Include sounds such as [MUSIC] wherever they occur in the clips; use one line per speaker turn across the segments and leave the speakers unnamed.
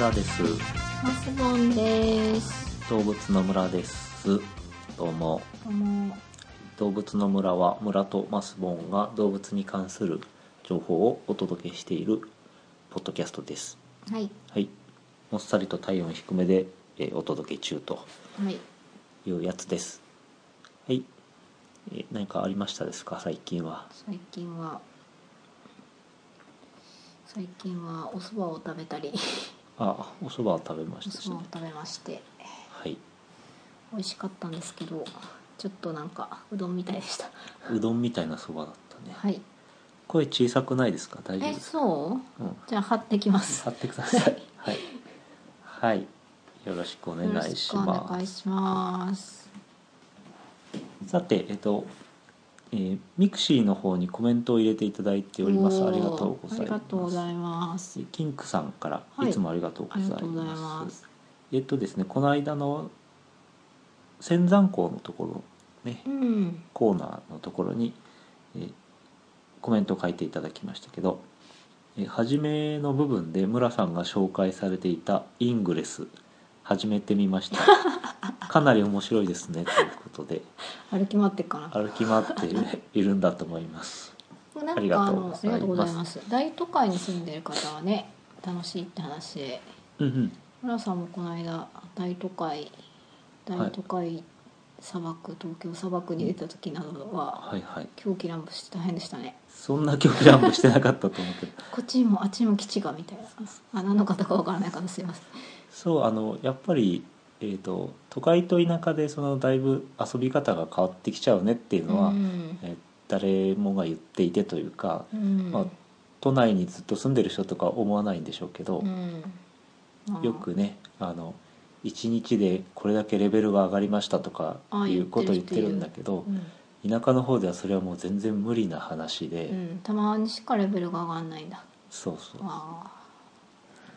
ラです。
マスボンです。
動物の村です。どうも。
どうも。
動物の村は村とマスボンが動物に関する情報をお届けしているポッドキャストです。
はい。
はい。もっさりと体温低めで、えーお届け中と
はい。
いうやつです。はい。えー何かありましたですか最近は。
最近は。最近はお蕎麦を食べ
[LAUGHS]
たり、
あ、お蕎麦を食べま
お
したしね
蕎麦を。食べまして。
はい。
美味しかったんですけど、ちょっとなんかうどんみたいでした。
うどんみたいな蕎麦だったね。
はい。
声小さくないですか大丈夫
え、
ですか
そう。
うん。
じゃあ貼ってきます
買。ってください。はい。はい。よろしくお願
よろ
い
し
し
くお
ま
願いします。
す。さて、えっと、えー、ミクシーの方にコメントを入れていただいております。
おー
ありがとうございます。
ありがとうございます。
キンクさんから
はい
いつもありがとうござい
ありがとうござい
ま
ますす。
えっとですね、この間の仙山港のところね
う、ん。
コーナーのところに、えーコメントを書いていただきましたけど、えー初めの部分で村さんが紹介されていた「イングレス」始めてみました [LAUGHS] かなり面白いですねということで
歩き回ってっかな。
歩き回っているんだと思います
なん
ありが
かあ
とう
の
ご
あ
ざいます
りがとうございます大都会に住んでる方はね楽しいって話で
うんうん
村さんもこの間大都会大都会砂漠、東京砂漠に出た時などは
はいはい
狂気乱舞して大変でしたね
そんな曲ランプしてなかったと思うけど
こっちにもあっちにも基地がみたいなあ何の方かわからない方すいません
そうあのやっぱり、えー、と都会と田舎でそのだいぶ遊び方が変わってきちゃうねっていうのは、
うん
えー誰もが言っていてというか
うん
まあ都内にずっと住んでる人とか思わないんでしょうけど
う、んまあ
よくねあの1日でこれだけレベルが上がりましたとか
あ
いうことを言
言
っ
っててる
るんだけど
うん
田舎の方ではそれはもう全然無理な話で、
うんたまにしかレベルが上がらないんだ
そうそう
あ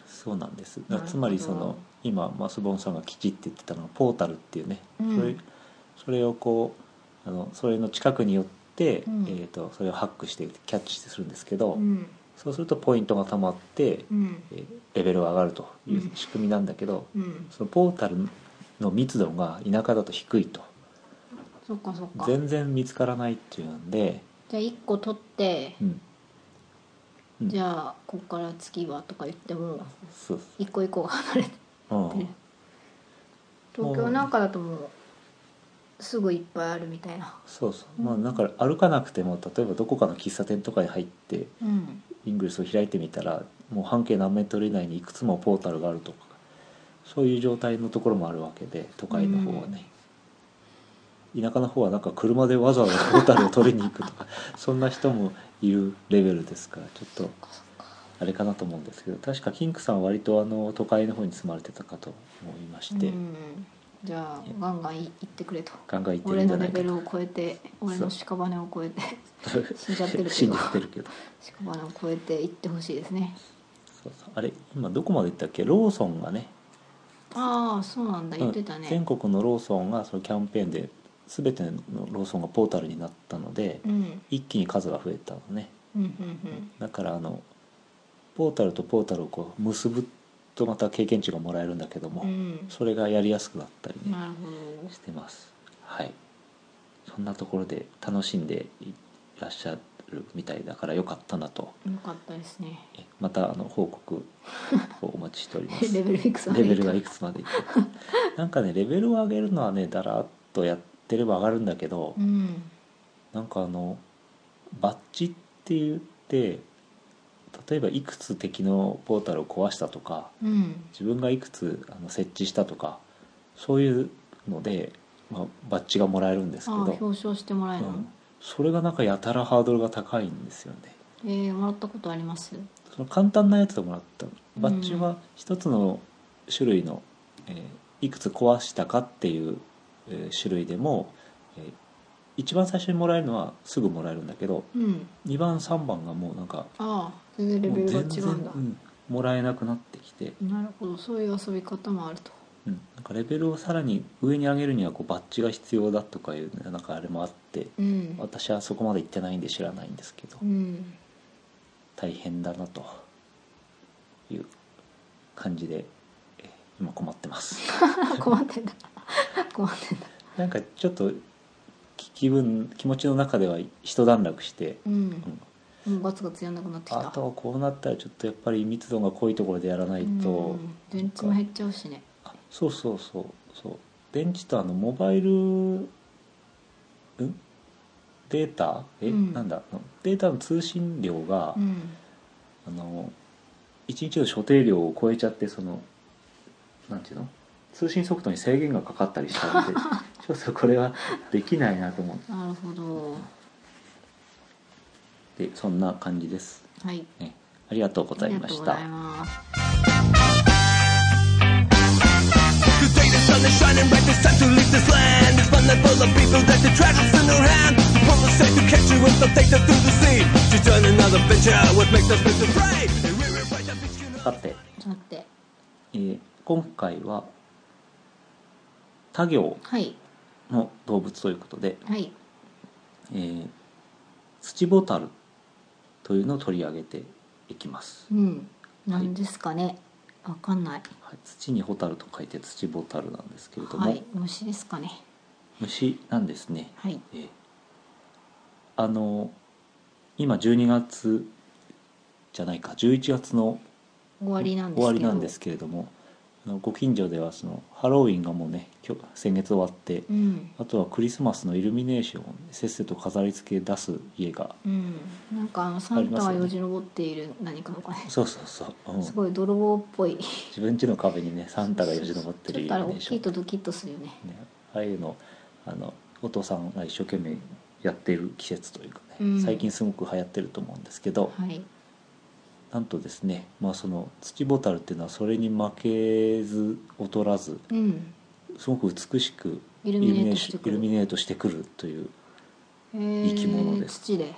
そうなんです
なるほど
つまりその今マスボンさんが基地って言ってたのがポータルっていうね、
うん
それそれをこうあのそれの近くに寄って、
うん
えー、とそれをハックしてキャッチするんですけど、
あうん
そうするとポイントがたまって、
うん
えーレベルが上がるという仕組みなんだけど、
うん
そのポータルの密度が田舎だと低いと
そっかそっか
全然見つからないっていうんで、
じゃあ1個取って、
うん、うん
じゃあここから次はとか言っても
そう
一個一個が離れて
そう、うん
ね東京なんかだともうすぐいっぱいあるみたいな
そうそうまあなんか歩かなくても例えばどこかの喫茶店とかに入って
うん
イングレスを開いてみたらもう半径何メートル以内にいくつもポータルがあるとかそういう状態のところもあるわけで都会の方はね、田舎の方はなんか車でわざわざポータルを取りに行くとかそんな人もいるレベルですからちょっと
そっかそっか
あれかなと思うんですけど確かキンクさんは割とあの都会の方に住まれてたかと思いまして、
うんじゃあガンガンい行ってくれと
考えてる
俺
んじゃ
の
な
レ
いか
ベ
と
ルを超えて俺の屍を超えて死んじゃってる
[LAUGHS] 死
け
ん
ど
じゃってるけど
屍を超えて行ってほしいですね
そうそうあれ今どこまで行ったっけローソンがね
ああそうなんだ言ってた
う
ね
ん全国のローソンがそのキャンペーンで全てのローソンがポータルになったので、
うん
一気に数が増えたのね
うんうん
だからあのポータルとポータルをこう結ぶとまた経験値がもらえるんだけども、
うんうん
それがやりやすくなったりね、
なるほど
してますはいそんなところで楽しんでいらっしゃるみたいだからよかったなと
よかったですね。
えまたあの報告をお待ちしており
[LAUGHS]
ます
レ
レ
ベルいくつまで
ベル
か
がいくつまでいった
[LAUGHS]
かなんかねレベルを上げるのはねだらっとやってれば上がるんだけど、
うん。
なんかあのバッジって言って例えばいくつ敵のポータルを壊したとか
うん。
自分がいくつあの設置したとかそういうので、まあ、バッジがもらえるんですけ
ああ
ど、
表彰してもらえるの、
うんそれがなんかやたらハードルが高いんですよね
ええもらったことあります
その簡単なやつをもらったバッジ
う
は一つの種類の、えーいくつ壊したかっていう、えー種類でも、えー一番最初にもらえるのはすぐもらえるんだけど
うん
2番3番がもうなんか
ああ全然レ
も
ベ
う
ルが
全
違
然
うんだ
うんもらえなくなってきて、
なるほどそういう遊び方もあると
うん、なんかレベルをさらに上に上げるにはこうバッジが必要だとかいうねなんかあれもあって
うん
私はそこまで行ってないんで知らないんですけど
うん
大変だなという感じで今困ってます [LAUGHS]
[LAUGHS] 困ってんだ困ってんだ
なんかちょっと気気分気持ちの中では一段落して、
うん
うん
もうガツガツやんなくなってきた
あとはこうなったらちょっとやっぱり密度が濃いところでやらないと、
うん電池も減っちゃうしね
あそうそうそうそう電池とあのモバイルんデータえ、
うん
なんだデータの通信量が、
うん
あの1日の所定量を超えちゃってそのなんていうの通信速度に制限がかかったりした
[LAUGHS]
んでちょっとこれはできないなと思っ
なるほど
てそんな感じです、
はい
ね、ありがとうご
あ
ざい
りが
ま
とう
し
ご
た
ざいます。
Good day, the sun is shining bright, it's time to leave this land. It's one night full of people that the treasures in their hand. The promise said to catch you and they'll take them to the sea. To join another venture would make them feel prey. And we will fight the beach, you know.
さて、
ちょっと待って
えー今回は他行
はい
の動物ということで、
はい
えー、土ボタルというのを取り上げていきます、
うんなんですかねわかんない
はい、土にホタルと書いて土ボタルなんですけれども、
はい虫ですかね
虫なんですね、
はい
えーあの今12月じゃないか11月の
終わりなんです
終
けど
わりなんですけれどもあのご近所ではそのハロウィンがもうね今日先月終わって、
うん
あとはクリスマスのイルミネーションをね、せっせと飾り付け出す家が
うんなんかあのサンタ
あ
が
り
よ
ます
じ登っている何かのかね
そうそうそう、うん
すごい泥棒っぽい
自分家の壁にねサンタがよじ登ってるイ
ちょっ
ル
とあれ
ミ
大
ネーシ
き
ョ
い
ン
とドキッとするよね
ね、ああいうのあのお父さんが一生懸命やってる季節というかね、
うん
最近すごく流行ってると思うんですけど、
はい
なんとですね、まあ、その土ボタルっていうのはそれに負けず劣らず
うん
すごく美しく
イルミネートしてく
イ
る
ルミネートしてくるという
生
き物です
土で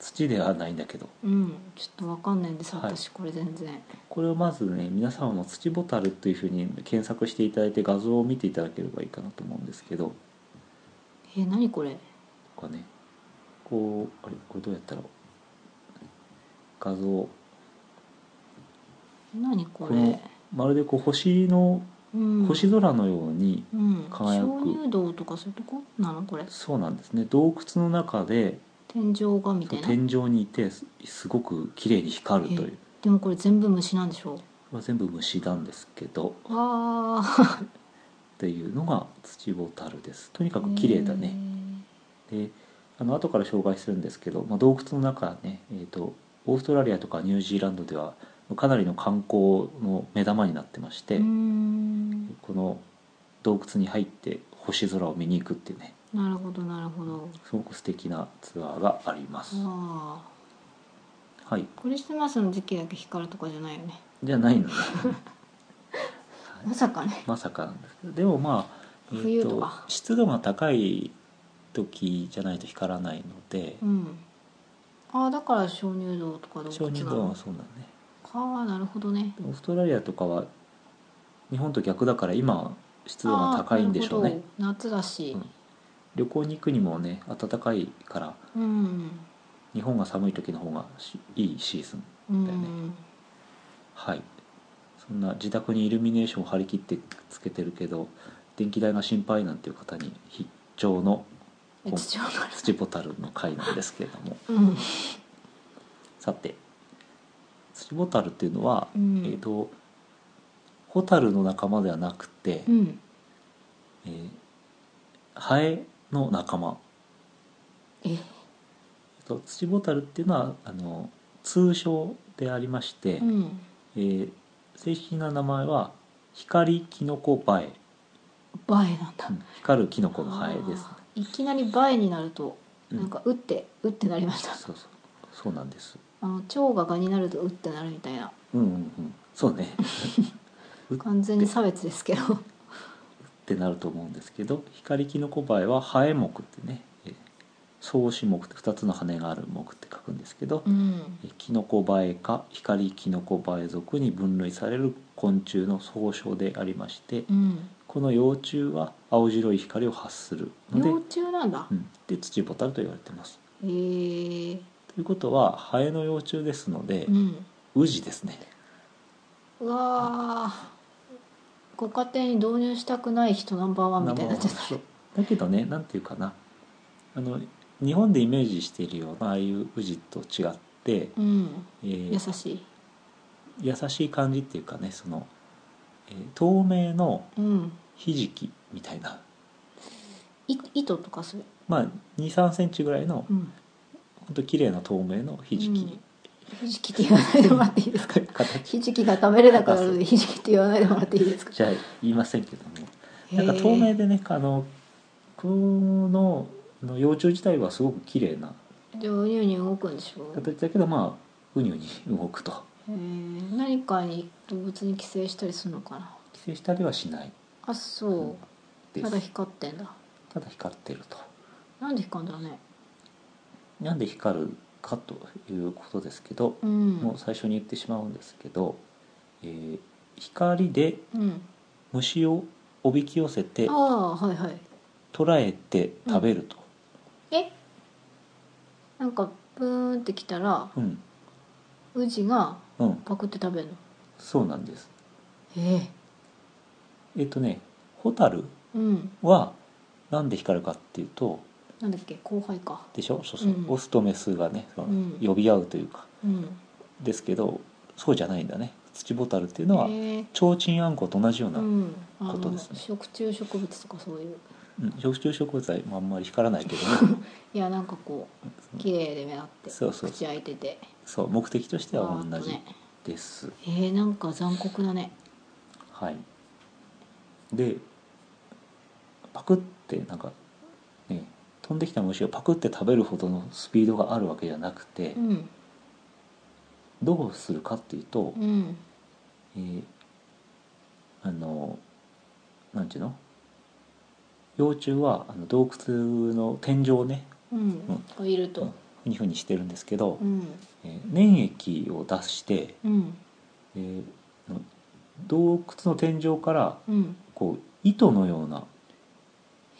土ではないんだけど
うんちょっとわかんないんです
はい
私これ全然
これをまずね皆さんも土ボタルというふうに検索していただいて画像を見ていただければいいかなと思うんですけど
え何これ
こうねこうあれこれどうやったら画像
何こ
この
れ
まるでこう星の
うん
星空のように、
うん
輝く
鍾乳洞とかそういうとこなのこれ
そうなんですね洞窟の中で
天井画みたいな
天井にいてすすごく綺麗に光るとい
え
う、
でもこれ全部虫なんでしょ
まあ、全部虫なんですけど
うわあ
っていうのが土ボタルですとにかく綺麗だね、であの後から紹介するんですけど、まあ、洞窟の中はね、えー、とオーストラリアとかニュージーランドではかなりの観光の目玉になってまして、
うーん
この洞窟に入って星空を見に行くっていうね
なるほどなるほど
すごく素敵なツアーがあります、
ああ
はい
クリスマスの時期だけ光るとかじゃないよね
じゃあないのね
まさかね
まさかなんですけどでもまあ、ー
冬とか
湿度が高い時じゃないと光らないので
うんああだから鍾乳洞とか洞
鍾
窟
乳
な
洞
の
はそうだね
ああなるほどね
オーストラリアとかは日本と逆だから今湿度が高いんでしょう
あーな
ね
るほど夏だし
旅行に行くにもね暖かいから
うん、うん
日本が寒い時の方がしいいシーズンだよねはいそんな自宅にイルミネーションを張り切ってつけてるけど電気代が心配なんていう方に必聴の
え土のあ
土ボタルの回なんですけれども
るうん
さて土ボタルっていうのは、
うん
えっ、とホタルの仲間ではなくて、
うん
えーハエの仲間
え
えっと土ボタルっていうのはあの通称でありまして、
うん
えー正式な名前は光キノコバエ、
映えなんだ
うん光るキノコのハエです
あーいきなり映えになると
うん
なんかうって、うってなりました
そうそうそうなんです
あの腸が蛾になるとうってなるみたいな
うんうんうんそうね
完全に差別ですけど
ってなると思うんですけど光キノコバエはハエ目ってねえー草子目って2つの羽がある目って書くんですけど、
うん
えーキノコバエ科光キノコバエ属に分類される昆虫の総称でありまして、
うん
この幼虫は青白い光を発するので,、
幼
う
虫なんだ、
ん、で土ボタルと言われてます
へえ
ということはハエの幼虫ですので
う、ん
ウジですね
うわご家庭に導入したくない人ナンバーワンみたいになっちゃっ
そうだけどねなんていうかなあの日本でイメージしているようなああいう宇治と違って、
たうん
えー
優しい
優しい感じっていうかねその、えー透明の
うん
ひじきみたいない
糸とかする
まあ2 3センチぐらいの
うん
ほんと綺麗な透明のひじき、
うんひじきって言わないでもらっていいですか
形
[LAUGHS] ひじきが食べれなくなるのでひじきって言わないでもらっていいですか
じゃ言いませんけどもなんか透明でねあのこのの幼虫自体はすごく綺麗な
でウニウニ動くんでしょう、
形だけどまあウニウニ動くと
えー、何かに動物に寄生したりするのかな
寄生したりはしない
あそ
で
う
す
ただ光ってんだ
ただ光ってると
なんで光るんだろうね
なんで光るかということですけど
う、ん
もう最初に言ってしまうんですけど、えー光で
うん
虫をおびき寄せて
ああはいはい
捕らえて食べると、
えなんかブーンってきたら
うん
ウジが
うん、
パクって食べるの
そうなんです
え
えっ、とねホタル
えうん
はなんで光るかっていうと
なんだっけ後輩か
でしょそうそう、
うん
オスとメスがねその
うん
呼び合うというか、
うん
ですけどそうじゃないんだねツチボタルっていう
え
のは
え
提灯あんこと同じような、
う
うん
んあ
こと
の
ですね
食虫植物とかそういう
食虫植物はまああんまり光らないけど
[LAUGHS]
も
いやなんかこう綺麗で目立って
そうそう
口開いてて
そう目的としては同
あーっと
じ
ね
です、
えー、なんか残酷だね
はいでパクってなんかね飛んできた虫をパクって食べるほどのスピードがあるわけじゃなくて、
うん
どうするかっていうと、
うん
えーあのなんていうの幼虫はあの洞窟の天井をね
うんこういると
ふにふにしてるんですけど、
うん
えー粘液を出して、
うん
えーの洞窟の天井から
うん
こう糸のような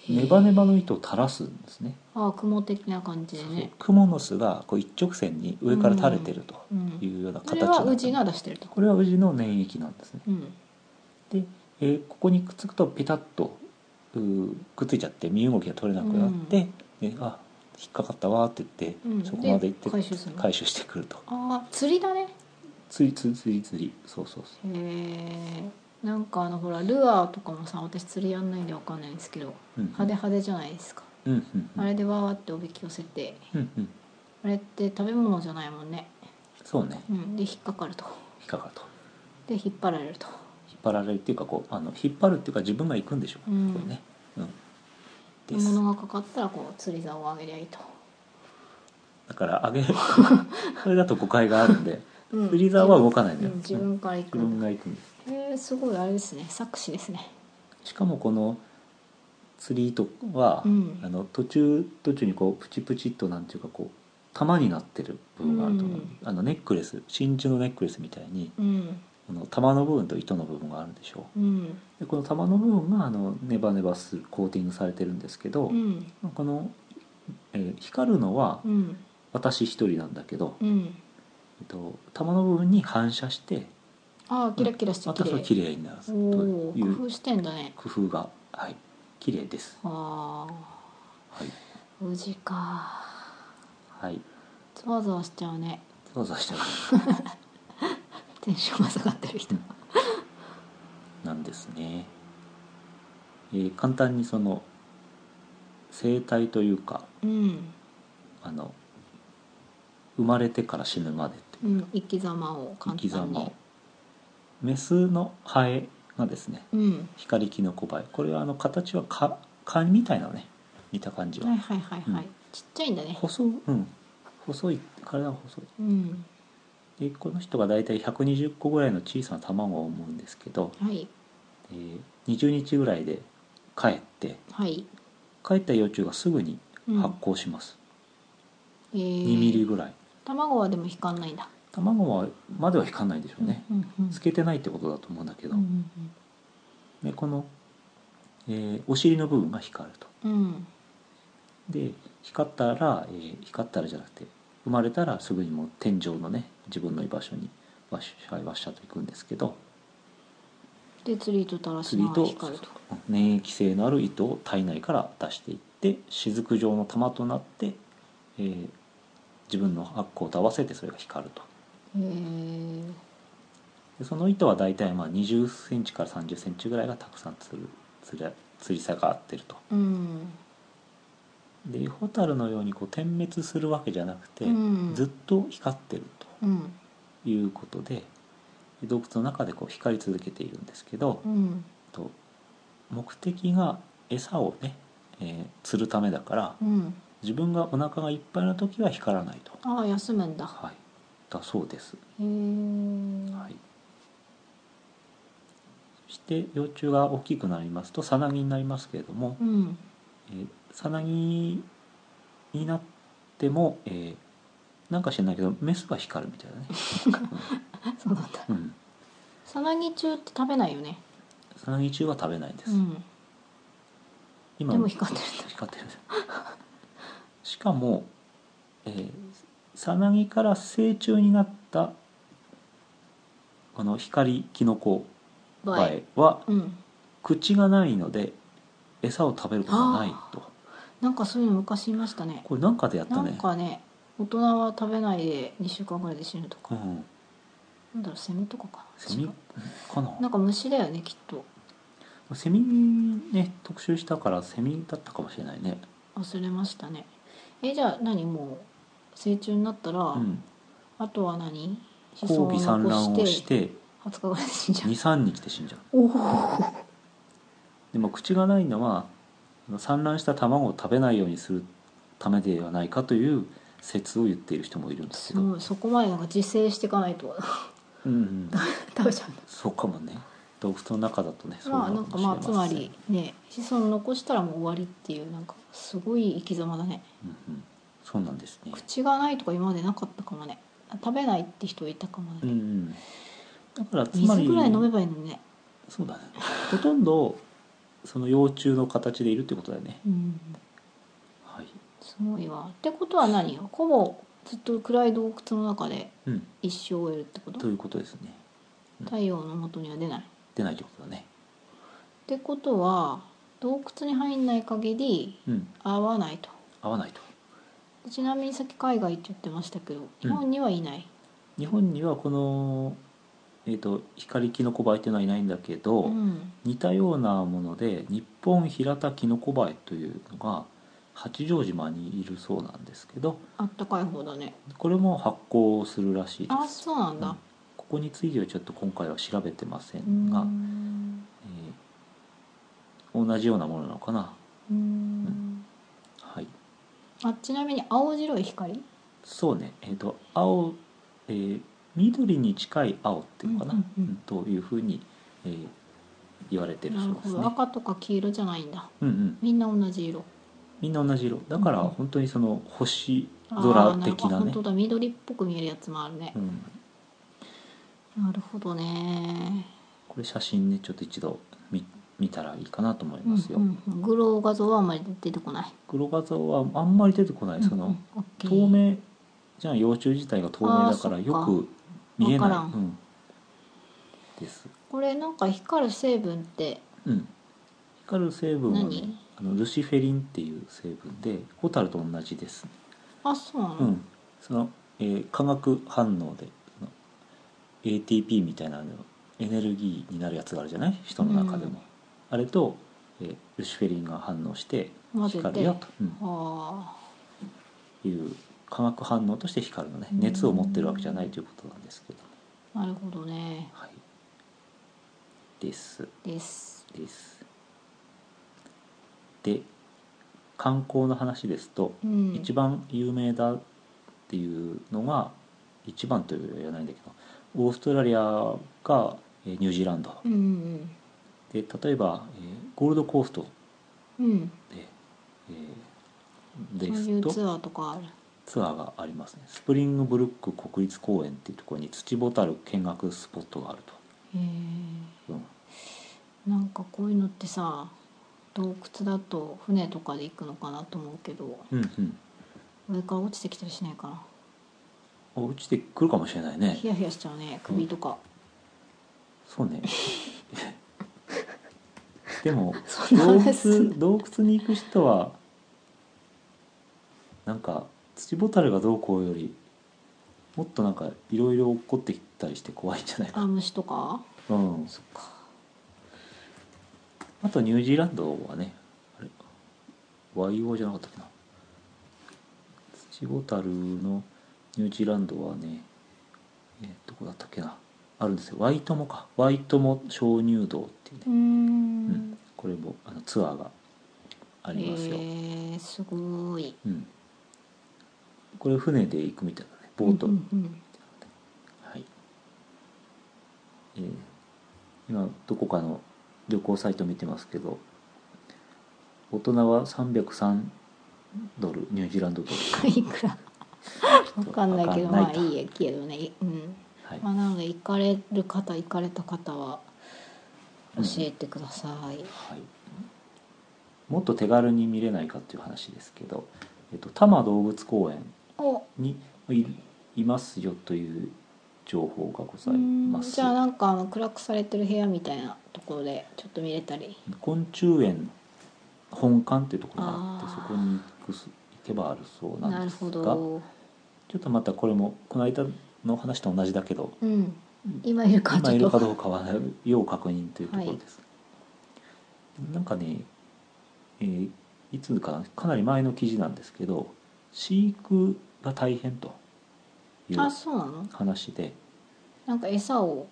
へー
ネバネバの糸を垂らすんですね
ああ雲的な感じでね
クモの巣がこう一直線に上から垂れてると
うん
いうような
そ
形
れ
な
は
んで
ウ
す
ジが出してると
これはウジの粘液なんですね
うん
で、えーここにくっつくとピタッとうーくっついちゃって身動きが取れなくなって、であ引っかかったわーって言って、
うん
そこまで行って
で回収するの
回収してくると
ああ釣りだね
つりつりつりつりそうそうそ
へえなんかあのほらルアーとかもさ私釣りやんないんでわかんないんですけど
う、うん、
派手派手じゃないですか
うんうんうん
あれでわーっておびき寄せて
うんうん
あれって食べ物じゃないもんね、
そうね
うん、で引っかかると
引っかかると
で引っ張られると
引っ張られるっていうかこうあの引っ張るっていうか自分が行くんでしょ
うん
これね、うん、
獲
です
物がかかったらこう釣り竿をあげりゃいいと、
だから
[LAUGHS]
あげるそれだと誤解があるんで
うん、
フリーザーは動かないのよ、
うん自分から行
自
く
分
んだ
が行くんです
へえすごいあれですね作詞ですね
しかもこの釣り糸は、
うん
あの途中途中にこうプチプチっとなんていうかこう玉になってる部分があると思う、
うん
あのネックレス真珠のネックレスみたいに
うん
この玉の部分と糸の部分があるでしょ
うん
うでこの玉の部分があのネバネバするコーティングされてるんですけど、
うん
この、えー光るのは
うん
私一人なんだけど、
うん
えっと、玉の部分に反射して
ああキラキラして
またそれ綺
綺麗
麗になると
おお
い
工
う
夫してんだね
工夫がはい綺麗です
あ
はい、
あ無事か
はい、
ゾワゾワしちゃうね
そうそうしてます
テンションが下がってる人
なんですね、えー簡単にその生態というか
うん、
あの生まれてから死ぬまでって
うん、生き様
生
を簡単に
き様をメスのハエがですね
うん
光キノコバエこれはあの形はか蚊みたいなね見た感じは、
はいはいはいはい、
うん
ちっちゃいんだね
細,、うん、細い体が細い
うん
でこの人が大体120個ぐらいの小さな卵を産むんですけど、
はい
えー20日ぐらいで帰って
はい、
帰った幼虫がすぐに
うん、
発光します、
えー
2ミリぐらい
卵はでも引かんないんだ
卵はまでは引かないでしょうね、
うんうん
透けてないってことだと思うんだけど、
うん
でこの、えーお尻の部分が光ると
うんうん
で光ったら、えー光ったらじゃなくて生まれたらすぐにもう天井のね自分の居場所にわしわしゃと行くんですけど
で釣り糸垂らし
釣
な
り
がら
と
光ると
粘液性のある糸を体内から出していって雫状の玉となって、えー自分の発光と合わせてそれが光ると
へえ
でその糸は大体まあ2 0ンチから3 0ンチぐらいがたくさん釣る釣り釣り差が合ってると
うん
でホタルのようにこう点滅するわけじゃなくて、
うん
ずっと光ってる
うん
ということで洞窟の中でこう光り続けているんですけど、
うん
と目的が餌をね、えー釣るためだから
うん
自分がお腹がいっぱいの時は光らないと、
ああ休むんだ
はい、だそうです、
へえ、
はい、そして幼虫が大きくなりますとさなぎになりますけれども
うん
えーさなぎになっても、えーなんか知らないけどメスが光るみたいだね、
そうなんだ
うんうん
さなぎ中って食べないよね
さなぎ中は食べないです、
うん
今
でも光ってるんだ
光ってる [LAUGHS] しかも、えーさなぎから成虫になったこの光キノコバ
映え
エは
うん
口がないので餌を食べることがないと
なんかそういうの昔言いましたね
これなんかでやった
な
ね
んかね大人は食べないで2週間ぐらいで死ぬと
う
か、
ん
なんだろうセミとかかな
セミ
違う
かな
なんか虫だよねきっと
セミね特集したからセミだったかもしれないね
忘れましたねえじゃあ何もう成虫になったら、
うん
あとは何子孫
交尾産卵をして
20日ぐらいで死んじゃう
23日で死んじゃう
おお
でも口がないのはあの産卵した卵を食べないようにするためではないかという説を言っている人もいるんです
す
けど、うん
ごいそこまでなんか自制していかないと
うん、
食べちゃうんだ
そうかもね洞窟の中だとねそう
まあ
な
な
の
ん
か
か
もしれ
まあ
ませ
つ
ん
まりね子孫残したらもう終わりっていうなんかすごい生き様だね
うんうん、そうなんですね
口がないとか今までなかったかもね食べないって人いたかもね、
うんうんだからつま
水
り
ぐらい飲めばいいのにね
そうだねほとんどその幼虫の形でいるってことだよね
うん
はい
すごいわってことは何よほぼずっと暗い洞窟の中で
うん
一生を終えるってこと
ということですね
太陽の元には出ないっ
出ないってことだね
てことは洞窟に入んない限り
うん
合わないと
合わないと
ちなみにさっき海外って言ってましたけど日本にはいない、
日本にはこの、えー、と光キノコバエっていうのはいないんだけど、
うん
似たようなもので日本平田キノコバエというのが八丈島にいるそうなんですけど
あったかい方だね
これも発光するらしいで
あ
す
そうなん
うん
だ、
ここについてはちょっと今回は調べてませ
うんん
が、えー同じようなものなのかな
うん
はい
あちなみに青白い光
そうねえっ、と青、えー緑に近い青っていうのかな、
うんうんうん
というふうに、えー言われてる
な
そ
る
うで
ほ
す
ど
ね、
赤とか黄色じゃないんだ
うんうん、
みんな同じ色
みんな同じ色だから
うんうん
本当にその星
あ
空
ーる
的
あ
な
本
ね
当だ緑っぽく見えるやつもあるね
う、ん、
なるほどね
これ写真ねちょっと一度見見たらいいかなと思いますよ、
うんうんうんグロー画像はあんまり出てこない、
黒画像はあんまり出てこないそ
うんう
の
んオッケー
透明じゃん幼虫自体が透明だから
あー
よ
そっか
く見えな
わ
い、
からん
うん、です
これなんか光る成分って
うん光る成分はね
何
あのルシフェリンっていう成分でホタルと同じです、
あそうなの、
うん、その、えー化学反応でその ATP みたいなのエネルギーになるやつがあるじゃない人の中でも、
うん
あれと、えールシフェリンが反応して
混ぜて
光るよと、うん
は
いう化学反応として光るのね
うん
熱を持ってるわけじゃないということなんですけど、
あなるほどね
はい、です
です
ですで観光の話ですと、
うん
一番有名だっていうのが一番とは言わないんだけどオーストラリアがえーニュージーランド
うんうん
で例えば、えーゴールドコースト
うんうん
で,、えー
そう
で
い
す
う
と
ツアーとかある
ツアーがありますねスプリングブルック国立公園っていうところに土ボタル見学スポットがある
へ
と、うん
えなんかこういうのってさ洞窟だと船とかで行くのかなと思うけど
うんうん
上から落ちてきたりしないか
あ落ちてくるかもしれない
な
ね
ヒヤヒヤしちゃうね首とか、
そうね [LAUGHS] でも
そんな
洞
話すん
窟洞窟に行く人はなんか土ボタルがどうこうよりもっとなんかいろいろ起こってきたりして怖いんじゃないか
あ虫とか
な、うん、
そっか
あとニュージーランドはねあれ YO じゃなかったっけな土ボタルのニュージーランドはねえーどこだったっけなあるんですよワイトモかワイトモ鍾乳洞っていうね
うーん
これもあのツアーがあ
え
りますよ、
ー、すごい
うん、これ船で行くみたいなねボート、
うんうん
はい、えー今どこかの旅行サイト見てますけど大人は303ドルニュージーランドドル
うん、いくらわかんないけど
わかんない
まあ
か
いいやけどねうん
はい
まあなので行かれる方行かれた方は
う
教
ん
えてください、
はい、もっと手軽に見れないかっていう話ですけど、えっと、多摩動物公園
お
にいいますよという情報がございま
うん
す
じゃあなんかあの暗くされてる部屋みたいなところでちょっと見れたり
昆虫園本館っていうところがあって
あー
そこに行くす行けばあるそうな
なん
で
る
す
ほ
が
ど
ちょっとまたこれもこの間の話と同じだけど
うん今いるか
今
ち
いる
ょっ
か
と
どうかは要確認というところです、なんかね、えーいつかなかなり前の記事なんですけど飼育が大変という
あそうなの
話で、
なんか餌を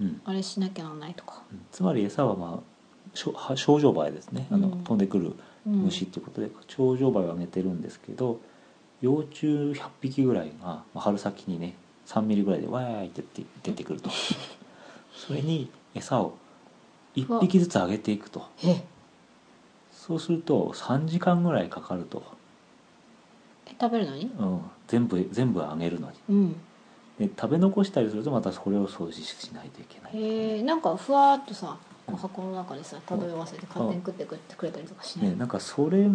うん、
あれしなきゃなんないとか、
つまり餌はまあしょは症状映えですねあの、
うん
飛んでくる
うん、
虫っていうことで頂上梅を上げてるんですけど幼虫100匹ぐらいがまあ春先にね3ミリぐらいでわーいって出て出てくる
[LAUGHS]
とそれに餌を1匹ずつあげていくと
え
そうすると3時間ぐらいかかると、
え食べるのに
うん、全部全部あげるの
うん
にで食べ残したりするとまたそれを掃除しないといけないとかね、
えー、なんかふわーっとさこう箱の中でさ漂わせて勝手に食ってくれくれたりとかしない
ね、なんかそれ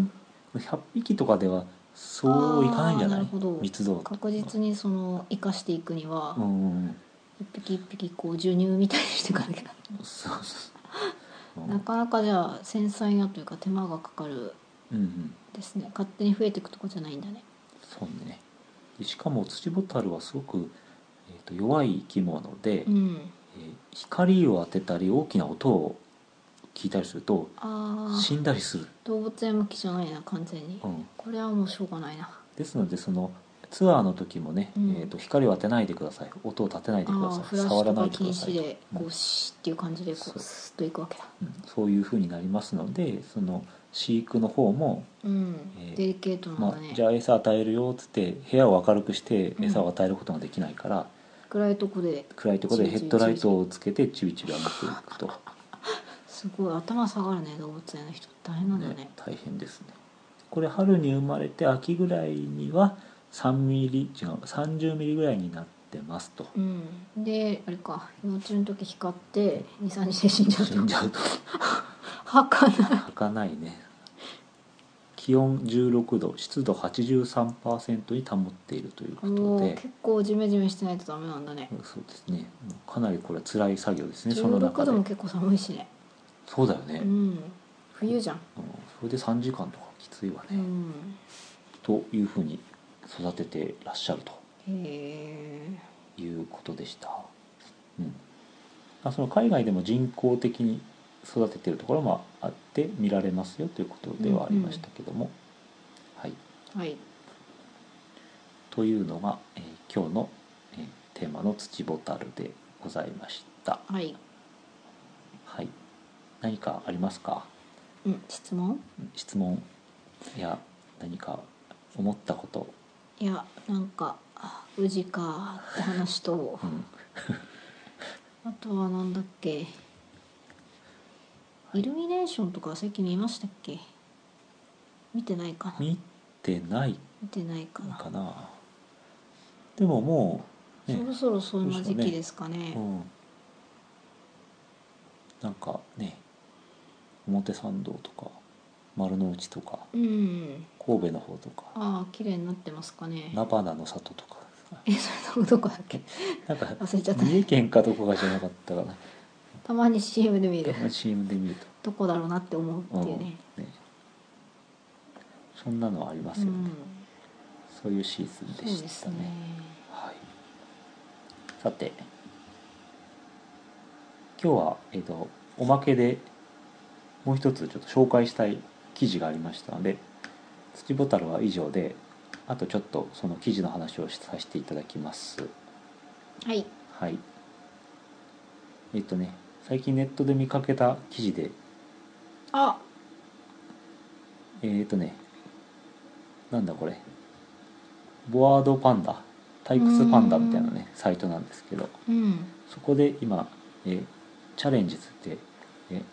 100匹とかではそういかないんじゃな
あーないるほど
密度
確実にその生かしていくには
うんうんうん
一匹一匹こう授乳みたいにしていかなきゃ
そうそうそう
なかなかじゃあ繊細なというか手間がかかる
うんうん
ですね勝手に増えていくとこじゃないんだね
そうねでしかもツチボタルはすごく、えー、と弱い生き物で、
うん
えー光を当てたり大きな音を聞いたりすると
ああ
死んだりする、
動物園向きじゃないな完全に、
うん、
これはもうしょうがないな
ですのでそのツアーの時もね、
うん
えー、と光を当てないでください音を立てないで
あ
くだ
あ
さ
ー
い
フラッシ
触
ュ
ら
と
な
か
いでく
禁
ださ
止
いと
でこうシーっていう感じでこ
そう
うスッといくわけだ
うんそういうふうになりますのでその飼育の方も、
うん、
えー
デリケートなん
ま
だね
あ、じゃあ餌与えるよっつって部屋を明るくして
ん
餌を与えることができないから、
暗いとこで
暗いところでヘッドライトをつけてちびちび上げていくと、
すごい頭下がるね動物園の人大変なんだね
ね大変ですねこれ春に生まれて秋ぐらいには3ミリ違う30ミリぐらいになってますと
うんであれか幼虫の時光って23日で死んじゃう
死んじ
と
ゃうと
はかない
儚かないね気温16度湿度83%に保っているということ
もう
で
結構ジメジメしてないとダメなんだね
そうですねかなりこれは辛い作業ですねその
16
中で
度も結構寒いしね
そうだよね、う
う
ん
ん冬じゃん
それで3時間とかきついわね、
うん
というふうに育ててらっしゃると
へえ
いうことでした、うん、あその海外でも人工的に育ててるところもあって見られますよということではありましたけども、はい
はい
というのが、えー今日の、えーテーマの「土ボタル」でございました
はい、
はい何かありますか
うん、質問
うん質問いや何か思ったこと、
いやなんかあ宇治かって話と
うん、
あとはなんだっけイルミネーションとか最近見ましたっけ見てないかな
見てない
見てないかな
かなでももう、ね
そろそろそういう時期ですかね
うん、なんかね表参道とか丸の内とか
うん、
神戸の方とか
ああ綺麗になってますかね
菜花の里とか
[LAUGHS] えそれどこだっけ
なんか
忘れちゃった
三重県かどこかじゃなかったかな
たまに CM で見る
CM で見ると
どこだろうなって思うっていうね、
うんねそんなのはあります
う
よね、
ん、
そういうシーズンで
そうで
し
す
た
ね
ねはい、さて今日は、えっとおまけでもう一つちょっと紹介したい記事がありましたので「土ボタル」は以上であとちょっとその記事の話をさせていただきます。
はい
はいえっとね最近ネットで見かけた記事で
あ
えー、とねなんだこれボワードパンダ退屈パンダみたいなねサイトなんですけど
うん
そこで今、えーチャレンジズって、えー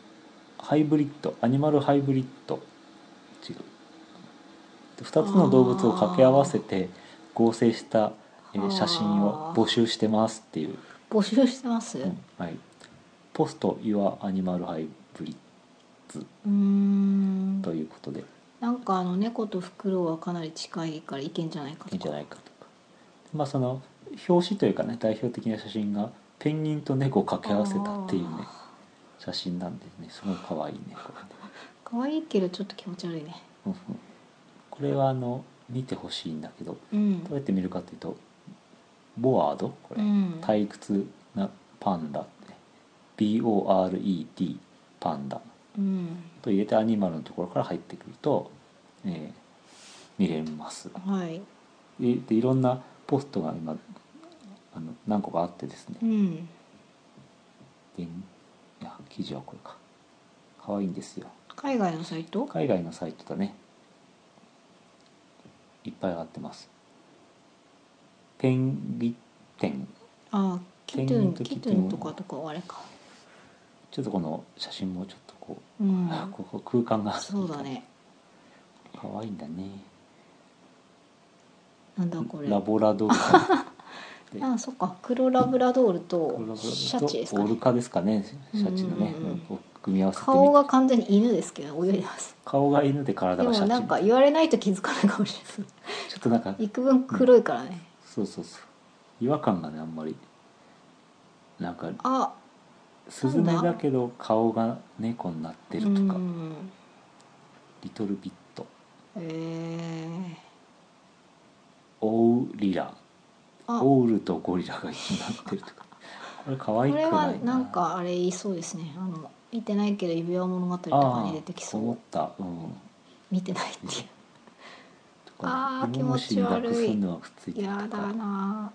ハイブリッドアニマルハイブリッド違う2つの動物を掛け合わせて合成した、えー
あー
写真を募集してますっていう、
募集してます
うんはい、ポスト・ユア・アニマル・ハイブリッ
うん
ドということで
なんかあの猫とフクロウはかなり近いからいけんじゃないか
いいん
と
じ
か
ゃないかとかまあその表紙というかね代表的な写真がペンギンと猫を掛け合わせたっていうね
あ
写真なんでねすごい可愛いねこ
ー可愛いけどちょっと気持ち悪いね
れねこれはあの見てほしいんだけど
うん
どうやって見るかというとボワードこれ、
うん
退屈なパンダってね BORED パンダ
うん
と入れてアニマルのところから入ってくると、えー見れます
はい
ででいろんなポストが今あの何個かあってですね
うん
でいや記事はこれか可愛いんですよ
海外のサイト
海外のサイトだねいっぱい上がってますペンギ展
あーキト
ペンギ
ゥ
ン
ン
と
キ
キト
ト
ゥ
ゥ
ン
ンとかとかはあれか
ちょっとこの写真もちょっとこ
う
う,、
ん
ここ空間が
そうだね
可愛いんだね
なんだこれ
ラボラドールか
あーそっか黒ラブラドール
ラボラドー
と
ルと
シャチですか
オル
ね
カですかねシャチのね、
うんうんうん
こう組み合わせてみて
顔が完全に犬ですけど泳いでます
顔が犬で
で
体が
も
シャチ
なんか言われないと気づかないかもしれない
ちょっとなんか
幾分黒いからね、
そうそうそう違和感がねあんまりなんか
あ
スズメだけど顔が猫になってるとか
うん
リトルビット
えー、
オウリラ
あこ
オウルとゴリラが一緒になってると
[LAUGHS]
かこれ可愛くな
れ
いな
はなんかあれ言いそうですねあの見てないけど指輪物語とかに出てき
ああ思
そ
っ
う
たうん
見てないっていう
とか
あー
芋虫に抱くすんのはくっついてると
やだ
か
な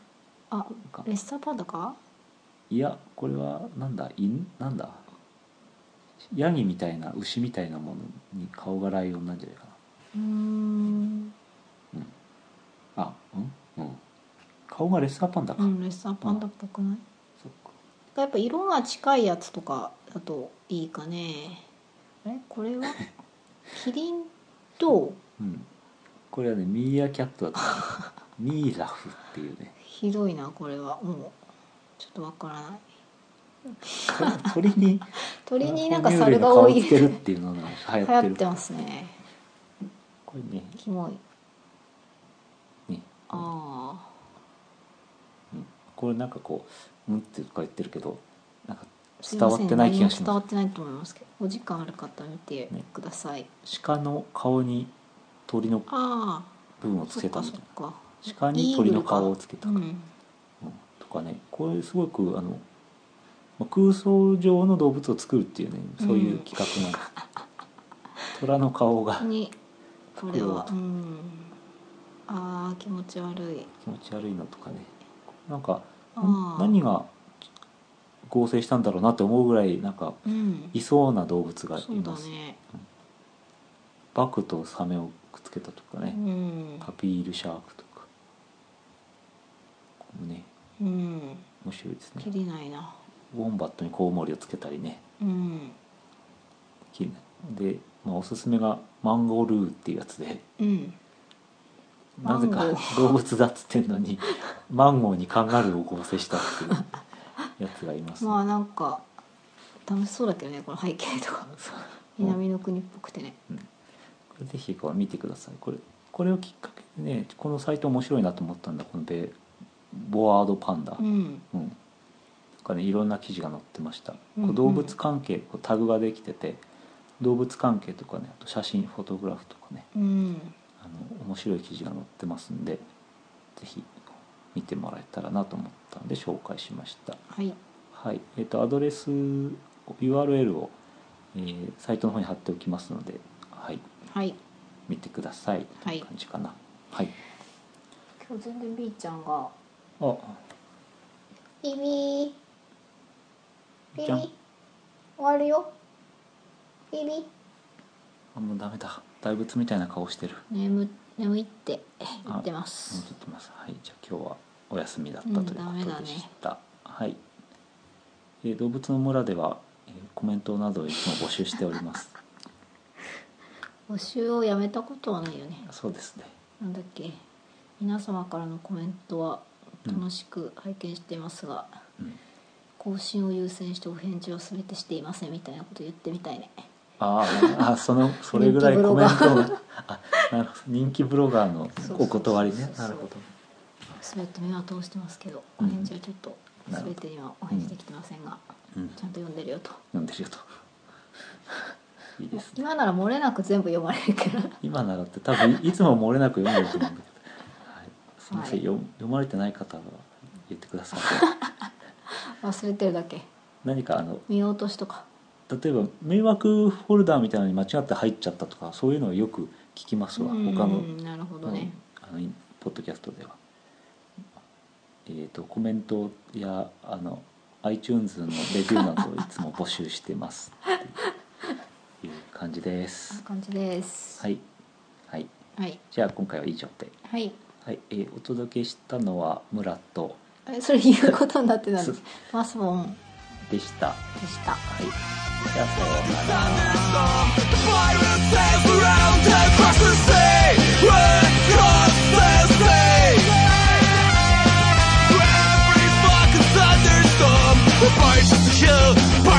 ああ
なんか
レッサーパンダか
いやこれはなんだ犬なんだヤギみたいな牛みたいなものに顔がライオンなんじゃないかな
うーん
あうんうん顔がレッサーパンダか、
うんレッサーパンダっぽくない
そっか
やっぱ色が近いやつとかだといいかねあれ
[LAUGHS]
これはキリンと
うんこれはねミーアキャットだったねミーラフっていうね
ひどいなこれはもうちょっとわからない
鳥に
鳥になんか
哺乳類
猿
の
が
顔
多
を
い
つけ
流
るっていうのが流行って
行っ
る
てますね
これね
キモい
ね
あ
うんこれなんかこう「うん」ってとか言ってるけどなんか
あす
伝
いま
わ
せん
ってない気がし
何も伝わ
ま
ってないと思いますけどお時間ある方は見てください、
す鹿の顔に鳥の
あ
部分を
あ
つ
そっ
けた
か
み
そ
たい
っ
な
か
鹿に鳥の顔をつけた
う
から
ん
うんとかねこれすごくあのまあ空想上の動物を作るっていうねそういう企画なんです、虎の顔が
にこれは
袋
う
を
んああ気持ち悪い
気持ち悪いのとかねなんか
あ
ん
ー
何が合成したんだろうなって思うぐらいなんか
うん
いそうな動物がい
そうだ
ます、
ね
バクとサメをくっつけたとか
う
ね、
ん
パピールシャークとかこれもね
うん
面白いです
切
ね
りないな
ウォンバットにコウモリをつけたりね
うん
きれいで、まあ、おすすめがマンゴールーっていうやつで
うん
なぜか
マンゴ
動物だっつってんのにマンゴーにカンガルーを合成したっていうやつがいます、
まあなんか楽しそうだけどねこの背景とか
[LAUGHS] そう
南の国っぽくてね
これぜひこう見てくださいこれこれをきっかけでねこのサイト面白いなと思ったんだこのベボワードパンダ、
うん
うんかねいろんな記事が載ってました、こう
うんうん
動物関係こうタグができてて動物関係とかねあと写真フォトグラフとかね
うん
あの面白い記事が載ってますんでぜひ見てもらえたらなと思ったんで紹介しました
はい
はいえっとアドレス URL を、えーサイトの方に貼っておきますのではい
はい
見てください
はい
感じかなはい
今日全然 B ちゃんが
あ
ビビービビ
じゃん
終わるよビビ
あもうダメだ大仏みたいな顔してる
眠眠いって言
あ
ってま
うん
す
言ってますはいじゃあ今日はお休みだったというこ
うんダメだ
とで
ね
した、はい、えー動物の村では、えーコメントなどをいつも募集しております
[LAUGHS] 募集をやめたことはないよね
そうですね
なんだっけ皆様からのコメントは楽しく拝見していますが、
うん
更新を優先してお返事を全てしていませんみたいなこと言ってみたいね
あーあそのそれぐらい
人気ブ
コ
ロ
メン
ガー
トがあなるほど人気ブロガー [LAUGHS] の
そうそうそうそう
お断りねなるほど
全て目は通してますけどお
うん
返事はちょっと
なるほど
全てにはお返事できてませんが、
うん
ちゃんと読んでるよと
読んでるよと [LAUGHS] いいですね
今なら漏れなく全部読まれるけど [LAUGHS]
今ならって多分いつも漏れなく読んでると思うんだけど、はい、すみません、
はい
読読まれてない方は言ってください
[LAUGHS] 忘れてるだけ
何かあの
見落としとか
例えば迷惑フォルダーみたいなのに間違って入っちゃったとかそういうのをよく聞きますわ他の,、
うんなるほどね、
あのポッドキャストでは、えー、とコメントやあの iTunes のレビューなどをいつも募集してますっていう感じで
こんな
す
感じです
はい、はい、
はい、
じゃあ今回は以上で、
はい
はいえーお届けしたのは村と
あれそれ言うことになってたん
そ
で
う
すマスボン
でしたは
でした
いじゃあさようなら
Pirates sails around across the sea. Across the sea. Every fucking thunderstorm, the pirates of the hill,